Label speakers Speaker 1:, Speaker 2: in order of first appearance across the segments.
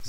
Speaker 1: This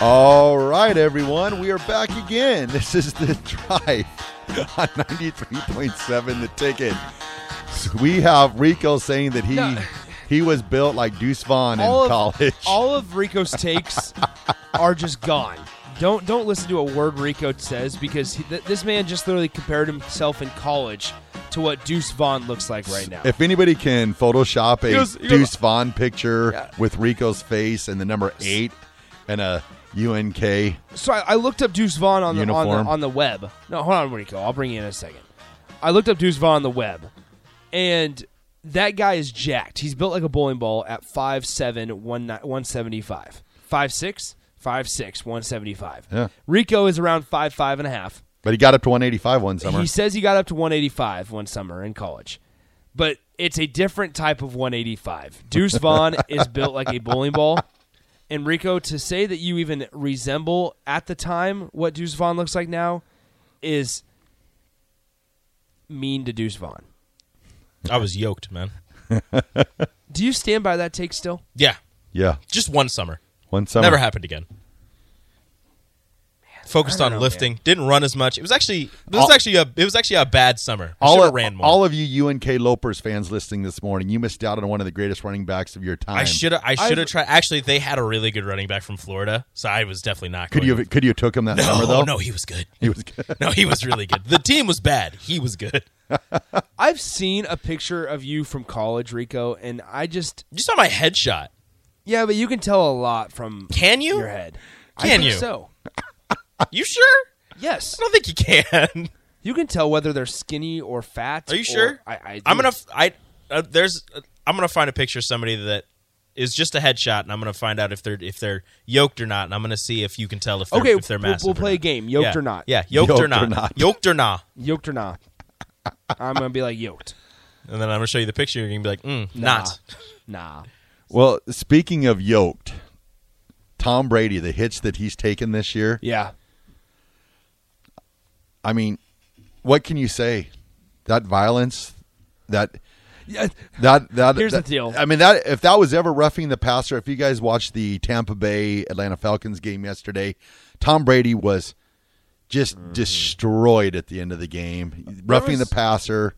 Speaker 2: All right, everyone, we are back again. This is the drive on 93.7 The Ticket. So we have Rico saying that he
Speaker 3: No.
Speaker 2: he was built like Deuce Vaughn in
Speaker 3: all
Speaker 2: college.
Speaker 3: Of, all of Rico's takes are just gone. Don't don't listen to a word Rico says because he, th- this man just literally compared himself in college to what Deuce Vaughn looks like right now.
Speaker 2: if anybody can Photoshop a
Speaker 3: He goes- he goes-
Speaker 2: Deuce Vaughn picture with Rico's face and the number eight and a UNK,
Speaker 3: so I, I looked up Deuce Vaughn on the, on the
Speaker 2: Uniform.
Speaker 3: on the web. No, hold on, Rico. I'll bring you in a second. I looked up Deuce Vaughn on the web, and that guy is jacked. He's built like a bowling ball at 5'7", 175. 5'6", 5'6", 175.
Speaker 2: Yeah.
Speaker 3: Rico is around 5'5 and a half.
Speaker 2: but he got up to 185 one summer.
Speaker 3: He says he got up to 185 one summer in college, but it's a different type of 185. Deuce Vaughn is built like a bowling ball. And Rico, to say that you even resemble at the time what Deuce Vaughn looks like now is mean to Deuce Vaughn.
Speaker 4: I was yoked, man.
Speaker 3: Do you stand by that take still?
Speaker 4: Yeah,
Speaker 2: yeah,
Speaker 4: just one summer.
Speaker 2: one summer.
Speaker 4: Never happened again. Focused
Speaker 3: I
Speaker 4: on
Speaker 3: don't know,
Speaker 4: lifting. Didn't run as much. It was actually this was
Speaker 2: All-
Speaker 4: actually a it was actually a bad summer. I
Speaker 2: all
Speaker 4: shoulda
Speaker 2: of,
Speaker 4: ran more.
Speaker 2: all of you UNK Lopers fans listening this morning, you missed out on one of the greatest running backs of your time.
Speaker 4: I should have. I
Speaker 3: I've-
Speaker 4: should have tried. Actually, they had a really good running back from Florida, so I was definitely not.
Speaker 2: Could
Speaker 4: going
Speaker 2: you have, could you have took him that summer
Speaker 4: No,
Speaker 2: though?
Speaker 4: no, he was good.
Speaker 2: he was good.
Speaker 4: No, he was really good. The team was bad. He was good.
Speaker 3: I've seen a picture of you from college, Rico, and I just
Speaker 4: Just on my headshot.
Speaker 3: yeah, but you can tell a lot from
Speaker 4: Can you?
Speaker 3: your head. I
Speaker 4: Can
Speaker 3: think
Speaker 4: you?
Speaker 3: So
Speaker 4: You sure?
Speaker 3: yes,
Speaker 4: I don't think you can.
Speaker 3: You can tell whether they're skinny or fat.
Speaker 4: Are you
Speaker 3: or-
Speaker 4: sure?
Speaker 3: I, I
Speaker 4: am
Speaker 3: do.
Speaker 4: gonna. f- I uh, there's. Uh, I'm gonna find a picture of somebody that is just a headshot, and I'm gonna find out if they're if they're yoked or not, and I'm gonna see if you can tell if they're,
Speaker 3: Okay,
Speaker 4: if they're
Speaker 3: we'll-
Speaker 4: massive.
Speaker 3: we'll
Speaker 4: or
Speaker 3: play a
Speaker 4: not.
Speaker 3: game, yoked
Speaker 4: Yeah.
Speaker 3: or not.
Speaker 4: Yeah, yoked, or, not. Yoked or not.
Speaker 3: yoked or not. I'm gonna be like yoked.
Speaker 4: And then I'm gonna show you the picture. You're gonna be like, mm, not.
Speaker 3: Nah.
Speaker 2: Well, speaking of yoked, Tom Brady, the hits that he's taken this year,
Speaker 3: Yeah.
Speaker 2: I mean, what can you say? That violence, that
Speaker 3: Yeah.
Speaker 2: that that
Speaker 3: Here's the
Speaker 2: that-
Speaker 3: deal.
Speaker 2: I mean that if that was ever roughing the passer, if you guys watched the Tampa Bay Atlanta Falcons game yesterday, Tom Brady was just destroyed at the end of the game, roughing
Speaker 3: Mm-hmm. was-
Speaker 2: the passer.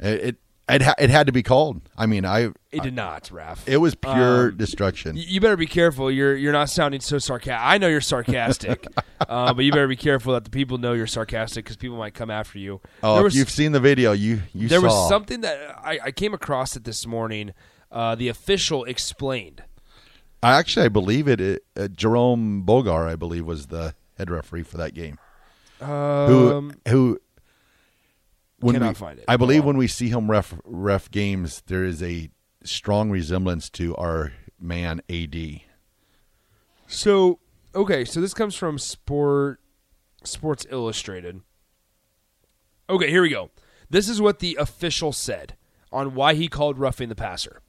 Speaker 2: It it it, ha- it had to be called. I mean, I
Speaker 3: It did not, Raph.
Speaker 2: it was pure destruction.
Speaker 3: Um, Y- you better be careful. You're you're not sounding so sarcastic. I know you're sarcastic, uh, but you better be careful that the people know you're sarcastic because people might come after you.
Speaker 2: oh,
Speaker 3: There
Speaker 2: if
Speaker 3: was-
Speaker 2: you've seen the video, you you
Speaker 3: there
Speaker 2: saw.
Speaker 3: was something that I, I came across it this morning. Uh, the official explained.
Speaker 2: I actually I believe it, it uh, Jerome Bogar I believe was the head referee for that game.
Speaker 3: Um,
Speaker 2: who who when
Speaker 3: cannot
Speaker 2: we-
Speaker 3: find it.
Speaker 2: I
Speaker 3: Hold
Speaker 2: believe
Speaker 3: on.
Speaker 2: when we see him ref ref games there is a strong resemblance to our man AD.
Speaker 3: So okay, so this comes from Sport Sports Illustrated. Okay, here we go. This is what the official said on why he called roughing the passer.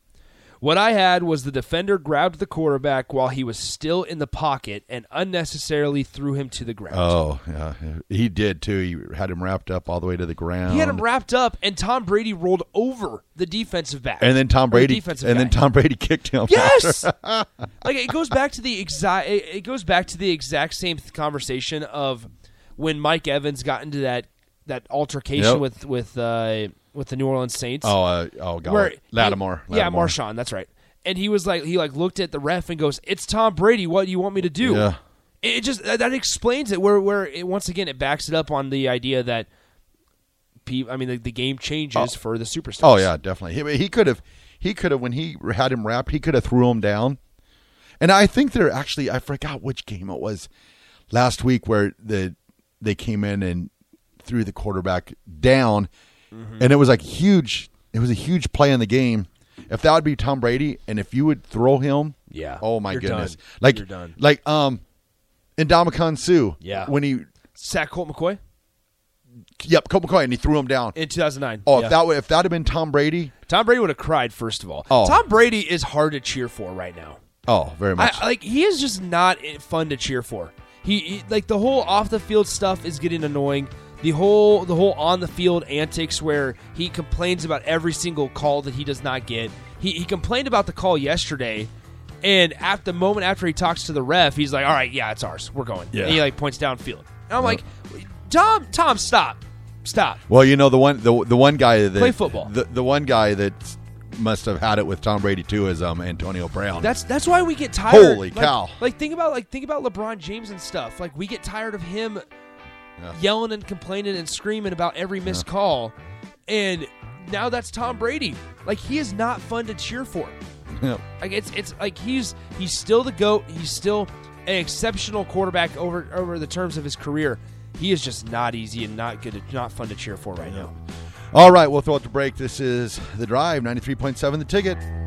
Speaker 3: What I had was the defender grabbed the quarterback while he was still in the pocket and unnecessarily threw him to the ground.
Speaker 2: Oh, yeah. He did too. He had him wrapped up all the way to the ground.
Speaker 3: he had him wrapped up, and Tom Brady rolled over the defensive back.
Speaker 2: and then Tom
Speaker 3: Or the
Speaker 2: Brady and
Speaker 3: defensive
Speaker 2: then
Speaker 3: guy.
Speaker 2: Tom Brady kicked him.
Speaker 3: Yes. like it goes back to the exact. It it goes back to the exact same th- conversation of when Mike Evans got into that that altercation
Speaker 2: Yep.
Speaker 3: with with uh, with the New Orleans Saints.
Speaker 2: Oh, uh, oh God,
Speaker 3: where
Speaker 2: Lattimore.
Speaker 3: Yeah,
Speaker 2: Lattimore.
Speaker 3: Marshawn. That's right. And he was like, he like looked at the ref and goes, "It's Tom Brady. What do you want me to do?"
Speaker 2: Yeah.
Speaker 3: It it just that that explains it. Where where it, once again it backs it up on the idea that, pe- I mean, the, the game changes for the superstars.
Speaker 2: Oh yeah, definitely. He, he could have, he could have when he had him wrapped, he could have threw him down. And I think they're actually I forgot which game it was last week where the they came in and threw the quarterback down,
Speaker 3: Mm-hmm.
Speaker 2: and it was like huge. It was a huge play in the game. If that would be Tom Brady, and if you would throw him,
Speaker 3: Yeah.
Speaker 2: oh my
Speaker 3: You're
Speaker 2: goodness,
Speaker 3: done.
Speaker 2: like
Speaker 3: You're done.
Speaker 2: like um, in Domicon Sue,
Speaker 3: Yeah.
Speaker 2: when he
Speaker 3: Sack Colt McCoy
Speaker 2: yep, Colt McCoy, and he threw him down.
Speaker 3: in 2009.
Speaker 2: oh,
Speaker 3: Yeah.
Speaker 2: if that would if that had been Tom Brady,
Speaker 3: Tom Brady would have cried first of all.
Speaker 2: Oh.
Speaker 3: Tom Brady is hard to cheer for right now.
Speaker 2: oh, very
Speaker 3: I,
Speaker 2: much.
Speaker 3: like he is just not i- fun to cheer for. He, he like the whole off the field stuff is getting annoying. The whole the whole on the field antics where he complains about every single call that he does not get. He he complained about the call yesterday, and at the moment after he talks to the ref, he's like, "All right, yeah, it's ours. We're going."
Speaker 2: Yeah.
Speaker 3: And he like points downfield. And I'm like, "Tom, Tom, stop, stop."
Speaker 2: Well, you know the one the the one guy that
Speaker 3: Play football.
Speaker 2: The, the one guy that must have had it with Tom Brady too is um Antonio Brown.
Speaker 3: That's that's why we get tired.
Speaker 2: Holy
Speaker 3: Like-
Speaker 2: cow.
Speaker 3: Like think about like think about LeBron James and stuff. Like we get tired of him
Speaker 2: Yeah.
Speaker 3: yelling and complaining and screaming about every missed call, and now that's Tom Brady. Like he is not fun to cheer for.
Speaker 2: Yep.
Speaker 3: Like it's it's like he's he's still the goat. He's still an exceptional quarterback over over the terms of his career. He is just not easy and not good, to, not fun to cheer for right now.
Speaker 2: all right. We'll throw out the break. This is the drive ninety three point seven. The ticket.